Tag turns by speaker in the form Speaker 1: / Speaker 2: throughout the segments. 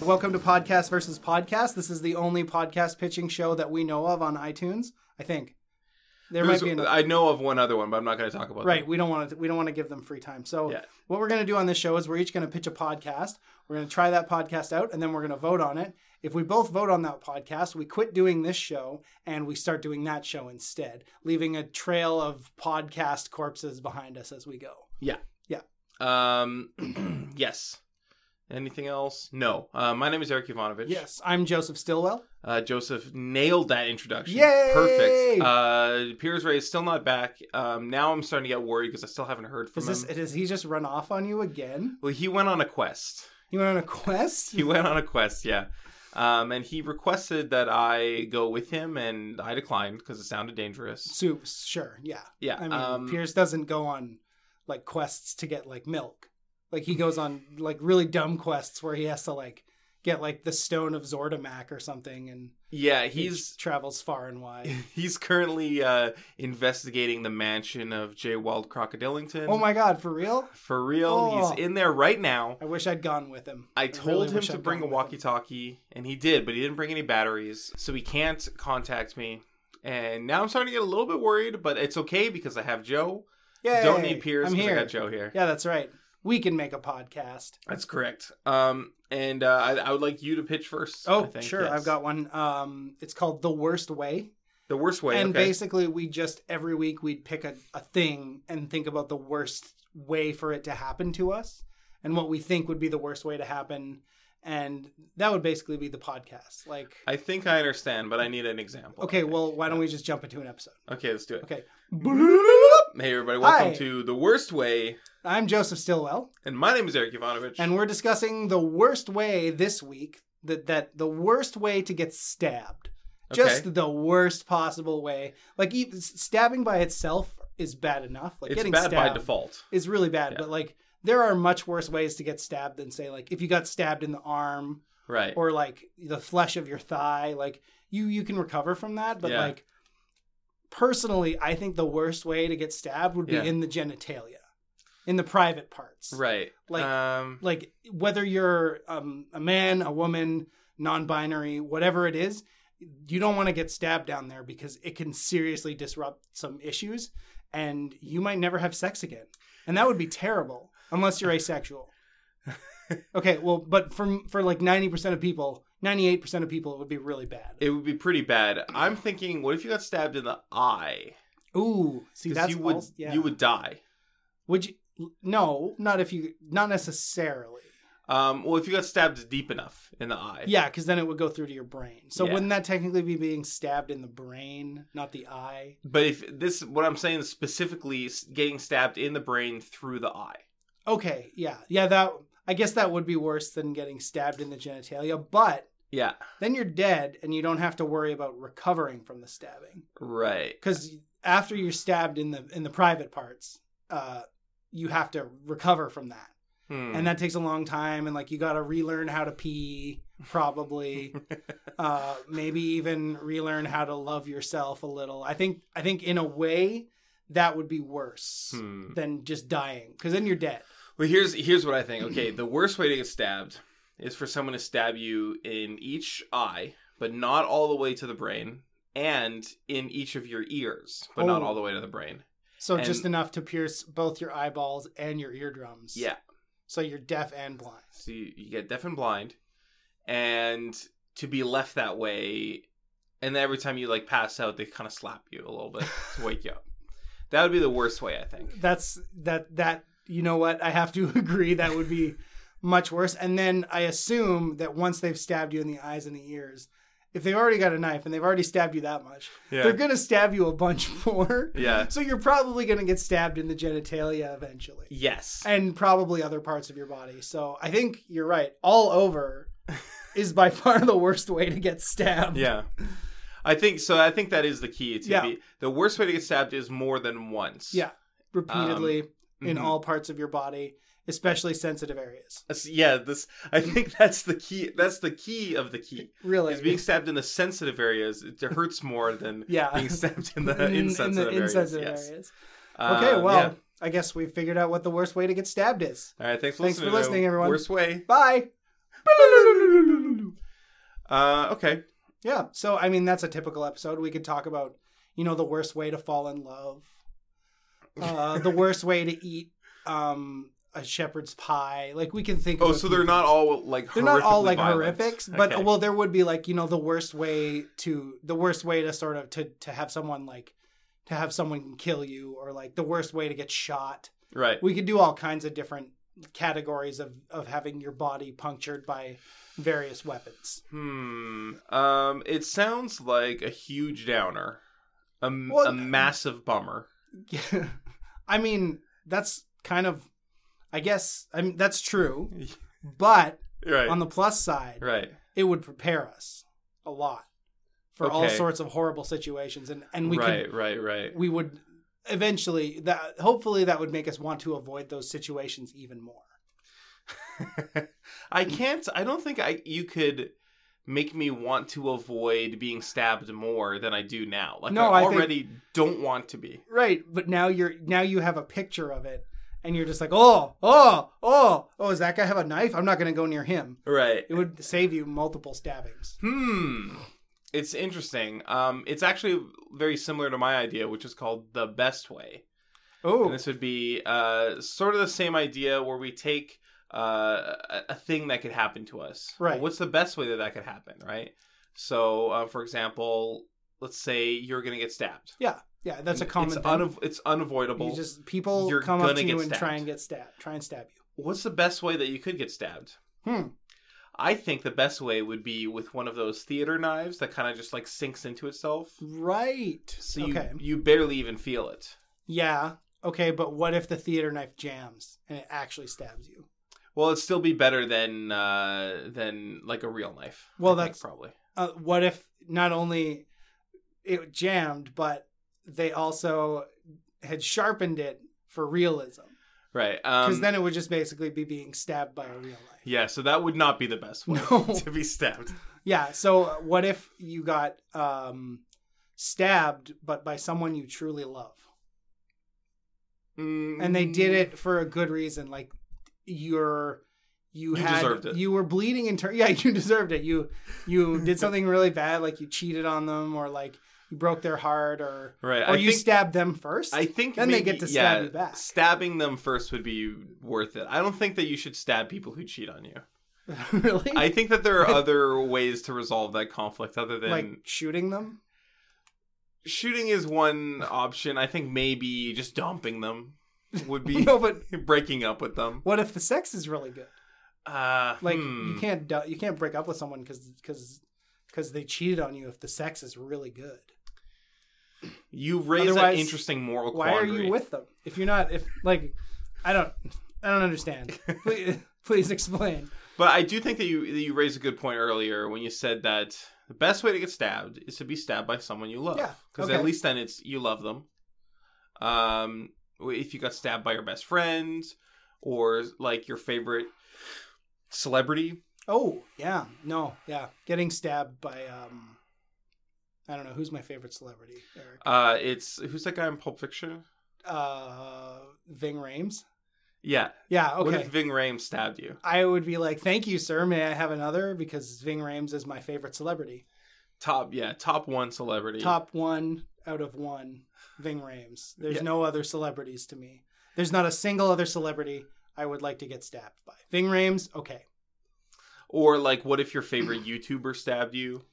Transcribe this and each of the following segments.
Speaker 1: welcome to Podcast versus Podcast. This is the only podcast pitching show that we know of on iTunes. I think there
Speaker 2: There's-
Speaker 1: might be another.
Speaker 2: I know of one other one, but I'm not going to talk about
Speaker 1: Right, we don't want to. We don't want to give them free time. So
Speaker 2: Yeah.
Speaker 1: what we're going to do on this show is we're each going to pitch a podcast. We're going to try that podcast out, and then we're going to vote on it. If we both vote on that podcast, we quit doing this show and we start doing that show instead, leaving a trail of podcast corpses behind us as we go.
Speaker 2: that. Um, yes. Anything else? No. Uh, my name is Eric Ivanovich.
Speaker 1: Yes, I'm Joseph Stillwell.
Speaker 2: Uh, Joseph nailed that introduction.
Speaker 1: Yay!
Speaker 2: Perfect. Uh, Piers Ray is still not back. Um, now I'm starting to get worried because I still haven't heard from
Speaker 1: Is this?
Speaker 2: him.
Speaker 1: Does he just run off on you again?
Speaker 2: Well, he went on a quest.
Speaker 1: You went on a quest.
Speaker 2: He went on a quest, yeah. Um, and he requested that I go with him, and I declined because it sounded dangerous.
Speaker 1: Soups, sure, yeah.
Speaker 2: Yeah.
Speaker 1: I mean,
Speaker 2: um,
Speaker 1: Pierce doesn't go on like quests to get like milk. Like he goes on like really dumb quests where he has to like get like the stone of Zordamak or something, and
Speaker 2: yeah,
Speaker 1: he
Speaker 2: he's
Speaker 1: travels far and wide.
Speaker 2: he's currently uh, investigating the mansion of J. Wald Crocodillington.
Speaker 1: oh my god, for real?
Speaker 2: For real,
Speaker 1: Oh.
Speaker 2: he's in there right now.
Speaker 1: I wish I'd gone with him.
Speaker 2: I
Speaker 1: really
Speaker 2: told him
Speaker 1: wish
Speaker 2: to
Speaker 1: I'd
Speaker 2: bring a
Speaker 1: gone with him.
Speaker 2: walkie-talkie, and he did, but he didn't bring any batteries, so he can't contact me. And now I'm starting to get a little bit worried, but it's okay because I have Joe.
Speaker 1: Yay,
Speaker 2: Don't need Pierce
Speaker 1: I'm
Speaker 2: because
Speaker 1: here.
Speaker 2: I got Joe here.
Speaker 1: Yeah, that's right. We can make a podcast.
Speaker 2: That's correct. Um, and uh, I, I would like you to pitch first. I
Speaker 1: Oh,
Speaker 2: think,
Speaker 1: sure.
Speaker 2: yes.
Speaker 1: I've got one. Um, it's called The Worst Way.
Speaker 2: the worst way.
Speaker 1: and
Speaker 2: okay.
Speaker 1: basically we just every week we'd pick a, a thing and think about the worst way for it to happen to us and what we think would be the worst way to happen and that would basically be the podcast like
Speaker 2: I think I understand, but I need an example.
Speaker 1: okay well why don't we just jump into an episode
Speaker 2: okay, let's do it.
Speaker 1: okay
Speaker 2: Hey, everybody, welcome
Speaker 1: Hi.
Speaker 2: to the worst way.
Speaker 1: i'm joseph stillwell
Speaker 2: And my name is Eric Ivanovich.
Speaker 1: and we're discussing the worst way this week that that the worst way to get stabbed just
Speaker 2: Okay.
Speaker 1: the worst possible way like e- stabbing by itself is bad enough like
Speaker 2: it's
Speaker 1: getting
Speaker 2: bad by
Speaker 1: stabbed
Speaker 2: default.
Speaker 1: is really bad.
Speaker 2: Yeah.
Speaker 1: But like there are much worse ways to get stabbed than say like if you got stabbed in the arm
Speaker 2: Right.
Speaker 1: or like the flesh of your thigh, like you you can recover from that. But
Speaker 2: Yeah.
Speaker 1: like personally, I think the worst way to get stabbed would be
Speaker 2: Yeah.
Speaker 1: in the genitalia, in the private parts.
Speaker 2: right.
Speaker 1: like-
Speaker 2: um,
Speaker 1: Like whether you're um, a man, a woman, non-binary, whatever it is. You don't want to get stabbed down there because it can seriously disrupt some issues and you might never have sex again. And that would be terrible unless you're asexual. okay, well, but for for like 90% of people, 98% of people it would be really bad.
Speaker 2: it would be pretty bad. I'm thinking, what if you got stabbed in the eye?
Speaker 1: Ooh, see
Speaker 2: Because
Speaker 1: that's
Speaker 2: you would
Speaker 1: als- yeah.
Speaker 2: you would die.
Speaker 1: Would you no, not if you not necessarily.
Speaker 2: Um, well, if you got stabbed deep enough in the eye.
Speaker 1: Yeah, cuz then it would go through to your brain. So
Speaker 2: Yeah.
Speaker 1: wouldn't that technically be being stabbed in the brain, not the eye?
Speaker 2: But if this, what I'm saying is specifically s- getting stabbed in the brain through the eye.
Speaker 1: Okay, yeah. Yeah, that I guess that would be worse than getting stabbed in the genitalia, but
Speaker 2: Yeah.
Speaker 1: then you're dead and you don't have to worry about recovering from the stabbing
Speaker 2: Right.
Speaker 1: because after you're stabbed in the in the private parts uh you have to recover from that
Speaker 2: Hmm.
Speaker 1: and that takes a long time and like you got to relearn how to pee probably uh maybe even relearn how to love yourself a little i think i think in a way that would be worse
Speaker 2: Hmm.
Speaker 1: than just dying because then you're dead
Speaker 2: Well, here's here's what I think. Okay, the worst way to get stabbed is for someone to stab you in each eye, but not all the way to the brain, and in each of your ears, but not
Speaker 1: Oh.
Speaker 2: all the way to the brain.
Speaker 1: so
Speaker 2: And-
Speaker 1: just enough to pierce both your eyeballs and your eardrums
Speaker 2: Yeah.
Speaker 1: so you're deaf and blind
Speaker 2: So you, you get deaf and blind, and to be left that way, and then every time you like pass out, they kind of slap you a little bit to wake you up. That would be the worst way, I think.
Speaker 1: that's that that you know what i have to agree that would be much worse and then i assume that once they've stabbed you in the eyes and the ears if they've already got a knife and they've already stabbed you that much they're gonna stab you a bunch more
Speaker 2: Yeah.
Speaker 1: so you're probably gonna get stabbed in the genitalia eventually
Speaker 2: Yes.
Speaker 1: and probably other parts of your body so i think you're right all over is by far the worst way to get stabbed
Speaker 2: Yeah. I think so. I think that is the key. To
Speaker 1: Yeah.
Speaker 2: be, the worst way to get stabbed is more than once.
Speaker 1: Yeah. repeatedly in
Speaker 2: mhm.
Speaker 1: all parts of your body especially sensitive areas
Speaker 2: That's- Yeah. This. I think that's the key. That's the key of the key.
Speaker 1: really
Speaker 2: Is being stabbed in the sensitive areas. It hurts more than
Speaker 1: yeah
Speaker 2: being stabbed in the
Speaker 1: in- in the
Speaker 2: insensitive areas.
Speaker 1: insensitive
Speaker 2: yes.
Speaker 1: areas.
Speaker 2: Uh,
Speaker 1: Okay, well,
Speaker 2: yeah.
Speaker 1: I guess we figured out what the worst way to get stabbed is.
Speaker 2: All right. Thanks for
Speaker 1: thanks
Speaker 2: listening.
Speaker 1: for listening, everyone.
Speaker 2: Worst way.
Speaker 1: Bye.
Speaker 2: Uh, okay.
Speaker 1: Yeah. So I mean, that's a typical episode. We could talk about, you know, the worst way to fall in love, uh, the worst way to eat um, a shepherd's pie. Like we can think.
Speaker 2: Oh,
Speaker 1: of a
Speaker 2: so
Speaker 1: few-
Speaker 2: they're not all like
Speaker 1: They're not all
Speaker 2: horrifically
Speaker 1: like
Speaker 2: violent.
Speaker 1: horrifics, but
Speaker 2: Okay.
Speaker 1: well, there would be like you know the worst way to the worst way to sort of to to have someone like to have someone kill you or like the worst way to get shot.
Speaker 2: right.
Speaker 1: We could do all kinds of different categories of of having your body punctured by various weapons.
Speaker 2: Hmm. Um. It sounds like a huge downer, a, m-
Speaker 1: Well,
Speaker 2: a massive bummer.
Speaker 1: Yeah. I mean, that's kind of, I guess, I mean, that's true. But
Speaker 2: Right.
Speaker 1: on the plus side,
Speaker 2: right.
Speaker 1: it would prepare us a lot for all
Speaker 2: Okay.
Speaker 1: sorts of horrible situations, and and we
Speaker 2: right. right. Right.
Speaker 1: could we would eventually that hopefully that would make us want to avoid those situations even more.
Speaker 2: I can't. I don't think I. You could make me want to avoid being stabbed more than I do now. Like
Speaker 1: No, I
Speaker 2: I
Speaker 1: think-
Speaker 2: already don't want to be.
Speaker 1: Right, but now you're now you have a picture of it, and you're just like, oh, oh, oh, oh, does that guy have a knife? I'm not going to go near him.
Speaker 2: Right.
Speaker 1: It would save you multiple stabbings.
Speaker 2: Hmm. It's interesting. Um, it's actually very similar to my idea, which is called the best way. And
Speaker 1: Oh,
Speaker 2: this would be uh, sort of the same idea where we take uh, a, a thing that could happen to us.
Speaker 1: Right.
Speaker 2: What's the best way that that could happen, right? So, uh, for example, let's say you're going to get stabbed.
Speaker 1: yeah, yeah, that's a
Speaker 2: It's
Speaker 1: common. thing.
Speaker 2: unav- it's unavoidable.
Speaker 1: You just people
Speaker 2: You're
Speaker 1: come up
Speaker 2: gonna
Speaker 1: to you
Speaker 2: get
Speaker 1: and try
Speaker 2: stabbed.
Speaker 1: and get stabbed, try and stab you.
Speaker 2: What's the best way that you could get stabbed?
Speaker 1: Hmm.
Speaker 2: I think the best way would be with one of those theater knives that kind of just like sinks into itself.
Speaker 1: Right.
Speaker 2: So you
Speaker 1: okay.
Speaker 2: you barely even feel it.
Speaker 1: Yeah. Okay, but what if the theater knife jams and it actually stabs you?
Speaker 2: Well, it'd still be better than uh, than like a real knife.
Speaker 1: Well,
Speaker 2: I think,
Speaker 1: that's-
Speaker 2: probably
Speaker 1: Uh, what if not only it jammed, but they also had sharpened it for realism?
Speaker 2: right.
Speaker 1: Because
Speaker 2: Um,
Speaker 1: then it would just basically be being stabbed by a real knife.
Speaker 2: yeah, so that would not be the best way
Speaker 1: No.
Speaker 2: to be stabbed.
Speaker 1: Yeah. So what if you got um, stabbed, but by someone you truly love? and they did
Speaker 2: Mm.
Speaker 1: it for a good reason. Like you're you,
Speaker 2: You
Speaker 1: had
Speaker 2: deserved it.
Speaker 1: you were bleeding in turn. Yeah, you deserved it. You you did something really bad, like you cheated on them, or like you broke their heart, or
Speaker 2: right.
Speaker 1: or
Speaker 2: I
Speaker 1: you
Speaker 2: think
Speaker 1: stabbed them first.
Speaker 2: I think
Speaker 1: then they
Speaker 2: maybe-
Speaker 1: get to stab
Speaker 2: yeah,
Speaker 1: you back.
Speaker 2: Stabbing them first would be worth it. I don't think that you should stab people who cheat on you.
Speaker 1: really,
Speaker 2: I think that there are other ways to resolve that conflict other than
Speaker 1: like shooting them.
Speaker 2: shooting is one option. I think maybe just dumping them would be
Speaker 1: No, but
Speaker 2: breaking up with them.
Speaker 1: what if the sex is really good?
Speaker 2: Uh,
Speaker 1: Like
Speaker 2: hmm.
Speaker 1: you can't du- you can't break up with someone because because because they cheated on you if the sex is really good.
Speaker 2: You raise an
Speaker 1: Otherwise,
Speaker 2: interesting moral
Speaker 1: Why
Speaker 2: quandary.
Speaker 1: are you with them if you're not if like I don't I don't understand. please, please explain.
Speaker 2: but I do think that you that you raised a good point earlier when you said that the best way to get stabbed is to be stabbed by someone you love.
Speaker 1: Yeah,
Speaker 2: Because
Speaker 1: okay.
Speaker 2: at least then it's you love them. Um, if you got stabbed by your best friend or like your favorite celebrity,
Speaker 1: Oh yeah, no, yeah, getting stabbed by um, I don't know who's my favorite celebrity, Eric.
Speaker 2: uh, it's who's that guy in Pulp Fiction?
Speaker 1: Uh, Ving Rhames.
Speaker 2: Yeah.
Speaker 1: Yeah,
Speaker 2: What
Speaker 1: okay.
Speaker 2: if Ving Rhames stabbed you?
Speaker 1: I would be like, thank you, sir. May I have another? Because Ving Rhames is my favorite celebrity.
Speaker 2: Top, yeah, top one celebrity.
Speaker 1: Top one out of one, Ving Rhames. There's
Speaker 2: Yeah.
Speaker 1: no other celebrities to me. There's not a single other celebrity I would like to get stabbed by. Ving Rhames, okay.
Speaker 2: Or like, what if your favorite YouTuber stabbed you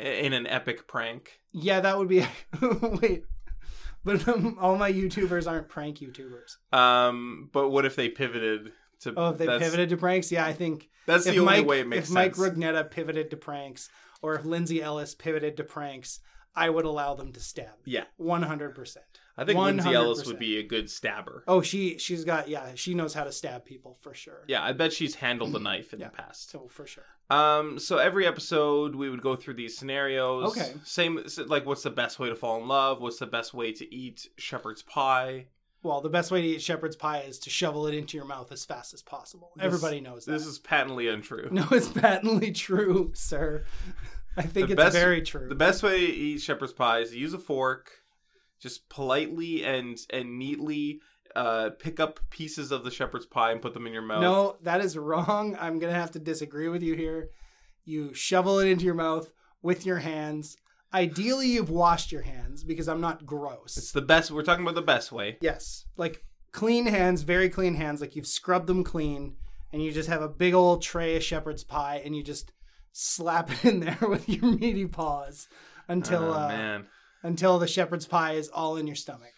Speaker 2: in an epic prank?
Speaker 1: Yeah, that would be. wait, but um, all my YouTubers aren't prank YouTubers.
Speaker 2: Um, but what if they pivoted to?
Speaker 1: Oh, if they
Speaker 2: that's,
Speaker 1: pivoted to pranks, yeah, I think
Speaker 2: That's the
Speaker 1: if
Speaker 2: only
Speaker 1: Mike,
Speaker 2: way it makes
Speaker 1: if Mike
Speaker 2: sense.
Speaker 1: Rugnetta pivoted to pranks, or if Lindsay Ellis pivoted to pranks, I would allow them to stab.
Speaker 2: Yeah.
Speaker 1: one hundred percent.
Speaker 2: I think Lindsay Ellis
Speaker 1: 100%.
Speaker 2: would be a good stabber.
Speaker 1: Oh, she she's got yeah, she knows how to stab people for sure.
Speaker 2: Yeah, I bet she's handled a knife in
Speaker 1: Yeah.
Speaker 2: the past.
Speaker 1: so for sure.
Speaker 2: Um, so every episode we would go through these scenarios.
Speaker 1: Okay.
Speaker 2: Same, s- like what's the best way to fall in love? What's the best way to eat shepherd's pie?
Speaker 1: Well, the best way to eat shepherd's pie is to shovel it into your mouth as fast as possible. Everybody knows that.
Speaker 2: This is patently untrue.
Speaker 1: no, it's patently true, sir. I think
Speaker 2: The
Speaker 1: it's
Speaker 2: best-
Speaker 1: very true.
Speaker 2: The best way to eat shepherd's pie is to use a fork, just politely and and neatly uh, pick up pieces of the shepherd's pie and put them in your mouth.
Speaker 1: No, that is wrong. I'm going to have to disagree with you here. You shovel it into your mouth with your hands. Ideally, you've washed your hands because I'm not gross.
Speaker 2: It's the best. We're talking about the best way.
Speaker 1: Yes. Like clean hands, very clean hands. Like you've scrubbed them clean and you just have a big old tray of shepherd's pie and you just slap it in there with your meaty paws until
Speaker 2: oh,
Speaker 1: uh,
Speaker 2: man.
Speaker 1: until the shepherd's pie is all in your stomach.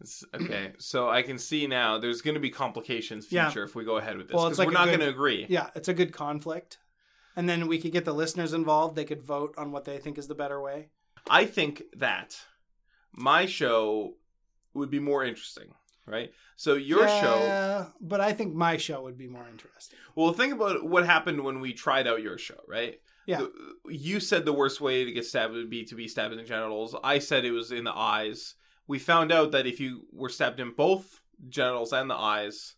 Speaker 2: It's- okay, so I can see now there's going to be complications
Speaker 1: Yeah.
Speaker 2: future if we go ahead with this
Speaker 1: Well, it's
Speaker 2: because
Speaker 1: like
Speaker 2: we're
Speaker 1: a
Speaker 2: not
Speaker 1: good-
Speaker 2: going to agree.
Speaker 1: Yeah, it's a good conflict. And then we could get the listeners involved. They could vote on what they think is the better way.
Speaker 2: I think that my show would be more interesting, right? So your show,
Speaker 1: Yeah, But I think my show would be more interesting.
Speaker 2: well, think about what happened when we tried out your show, right?
Speaker 1: Yeah.
Speaker 2: The- you said the worst way to get stabbed would be to be stabbed in the genitals. I said it was in the eyes. We found out that if you were stabbed in both genitals and the eyes,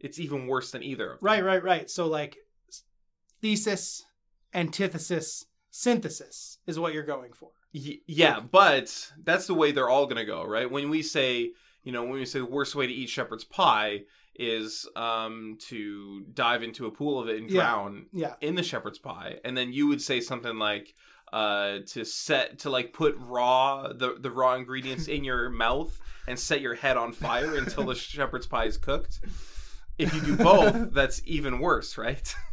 Speaker 2: it's even worse than either. of them.
Speaker 1: Right, right, right. So, like, thesis, antithesis, synthesis is what you're going for.
Speaker 2: Y- yeah, but that's the way they're all going to go, right? When we say, you know, when we say the worst way to eat shepherd's pie is um, to dive into a pool of it and
Speaker 1: Yeah.
Speaker 2: drown
Speaker 1: Yeah.
Speaker 2: in the shepherd's pie, and then you would say something like uh, to set to like put raw the the raw ingredients in your mouth and set your head on fire until the shepherd's pie is cooked. If you do both, that's even worse, right?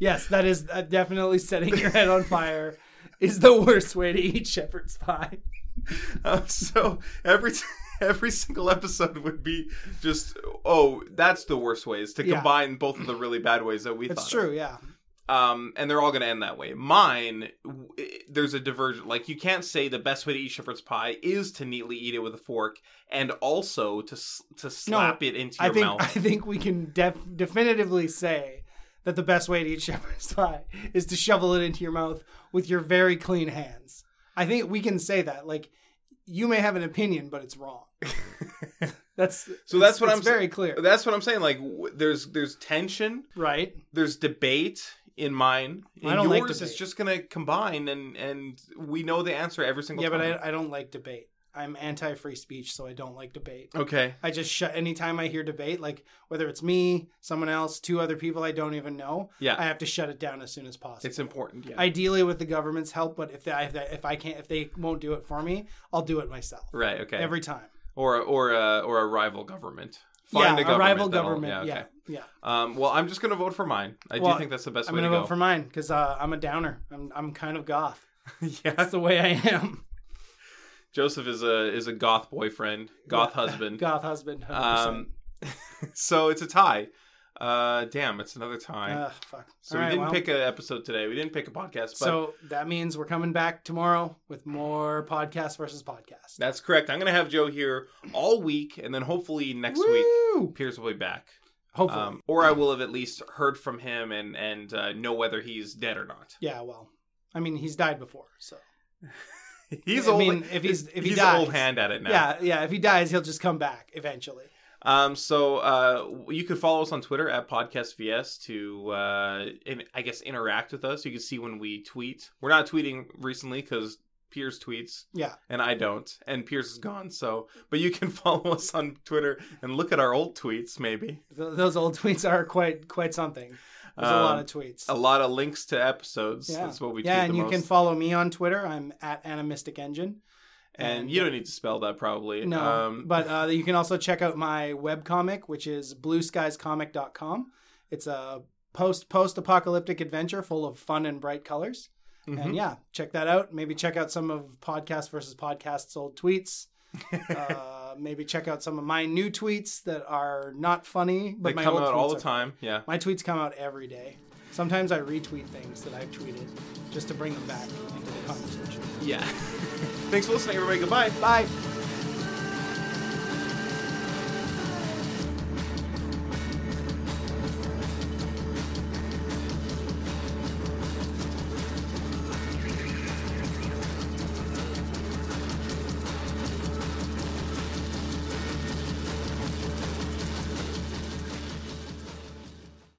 Speaker 1: Yes, that is uh, definitely setting your head on fire is the worst way to eat shepherd's pie.
Speaker 2: Um, so every t- every single episode would be just oh that's the worst ways to
Speaker 1: Yeah.
Speaker 2: combine both of the really bad ways that we
Speaker 1: It's
Speaker 2: thought.
Speaker 1: true, yeah.
Speaker 2: Of. Um, and they're all going to end that way. Mine, w- i- there's a divergent. Like you can't say the best way to eat shepherd's pie is to neatly eat it with a fork and also to s- to slap it into
Speaker 1: I
Speaker 2: your
Speaker 1: think I
Speaker 2: mouth.
Speaker 1: think we can def- definitively say that the best way to eat shepherd's pie is to shovel it into your mouth with your very clean hands. I think we can say that. Like you may have an opinion, but it's wrong. that's
Speaker 2: So
Speaker 1: it's-
Speaker 2: that's what
Speaker 1: it's
Speaker 2: I'm s-
Speaker 1: very clear,
Speaker 2: That's what I'm saying. Like w- there's there's tension,
Speaker 1: right?
Speaker 2: there's debate in mine. In
Speaker 1: I don't like
Speaker 2: yours, it's
Speaker 1: debate.
Speaker 2: just going to combine, and and we know the answer every single
Speaker 1: Yeah,
Speaker 2: time.
Speaker 1: but I, I don't like debate. I'm anti free speech, so I don't like debate.
Speaker 2: Okay.
Speaker 1: I just shut anytime I hear debate, like whether it's me, someone else, two other people I don't even know.
Speaker 2: Yeah.
Speaker 1: I have to shut it down as soon as possible.
Speaker 2: It's important. Yeah.
Speaker 1: ideally with the government's help but if I, if I can't if they won't do it for me i'll do it myself
Speaker 2: right. Okay.
Speaker 1: every time
Speaker 2: or or a or a rival government.
Speaker 1: yeah a rival government
Speaker 2: that'll-
Speaker 1: yeah
Speaker 2: okay.
Speaker 1: yeah
Speaker 2: Um, well, I'm just gonna vote for mine. I
Speaker 1: Well,
Speaker 2: do think that's the best
Speaker 1: i'm
Speaker 2: way
Speaker 1: gonna
Speaker 2: to
Speaker 1: vote
Speaker 2: go.
Speaker 1: for mine because uh, i'm a downer I'm, I'm kind of goth
Speaker 2: yeah.
Speaker 1: that's the way i am
Speaker 2: Joseph is a is a goth boyfriend, goth husband.
Speaker 1: goth husband 100%.
Speaker 2: Um, so it's a tie. Uh, damn, it's another tie.
Speaker 1: Ugh, fuck. Uh,
Speaker 2: so
Speaker 1: All
Speaker 2: we
Speaker 1: right,
Speaker 2: didn't
Speaker 1: well,
Speaker 2: pick an episode today. We didn't pick a podcast. But
Speaker 1: so that means we're coming back tomorrow with more podcast versus podcast
Speaker 2: that's correct. I'm gonna have Joe here all week, and then hopefully next week
Speaker 1: Woo!
Speaker 2: Piers will be back.
Speaker 1: hopefully
Speaker 2: Um, or I will have at least heard from him and and uh, know whether he's dead or not.
Speaker 1: yeah well i mean he's died before so
Speaker 2: He's
Speaker 1: I
Speaker 2: old.
Speaker 1: mean, if he's- if he
Speaker 2: he's
Speaker 1: dies.
Speaker 2: old hand at it now.
Speaker 1: yeah yeah if he dies he'll just come back eventually
Speaker 2: Um. So, uh, you could follow us on Twitter at PodcastVS to, uh, in, I guess, interact with us. You can see when we tweet. We're not tweeting recently because Piers tweets
Speaker 1: yeah
Speaker 2: and I don't, and Piers is gone. So, but you can follow us on Twitter and look at our old tweets. Maybe
Speaker 1: Th- those old tweets are quite quite something. There's a lot of tweets.
Speaker 2: a lot of links to episodes. Um, oh, That's what we
Speaker 1: yeah,
Speaker 2: tweet
Speaker 1: and
Speaker 2: the
Speaker 1: you
Speaker 2: most.
Speaker 1: can follow me on Twitter. I'm at Animistic Engine.
Speaker 2: and you don't need to spell that probably.
Speaker 1: no,
Speaker 2: Um,
Speaker 1: but uh, you can also check out my webcomic, which is blueskiescomic.com. It's a post post apocalyptic adventure full of fun and bright colors.
Speaker 2: mm-hmm.
Speaker 1: And yeah, check that out. Maybe check out some of podcast versus podcast's old tweets. uh, maybe check out some of my new tweets that are not funny, but
Speaker 2: they
Speaker 1: my
Speaker 2: come
Speaker 1: old
Speaker 2: out all
Speaker 1: tweets
Speaker 2: the
Speaker 1: are
Speaker 2: time. Yeah.
Speaker 1: My tweets come out every day. Sometimes I retweet things that I've tweeted just to bring them back into the conversation.
Speaker 2: Yeah. Thanks for listening, everybody. Goodbye.
Speaker 1: Bye.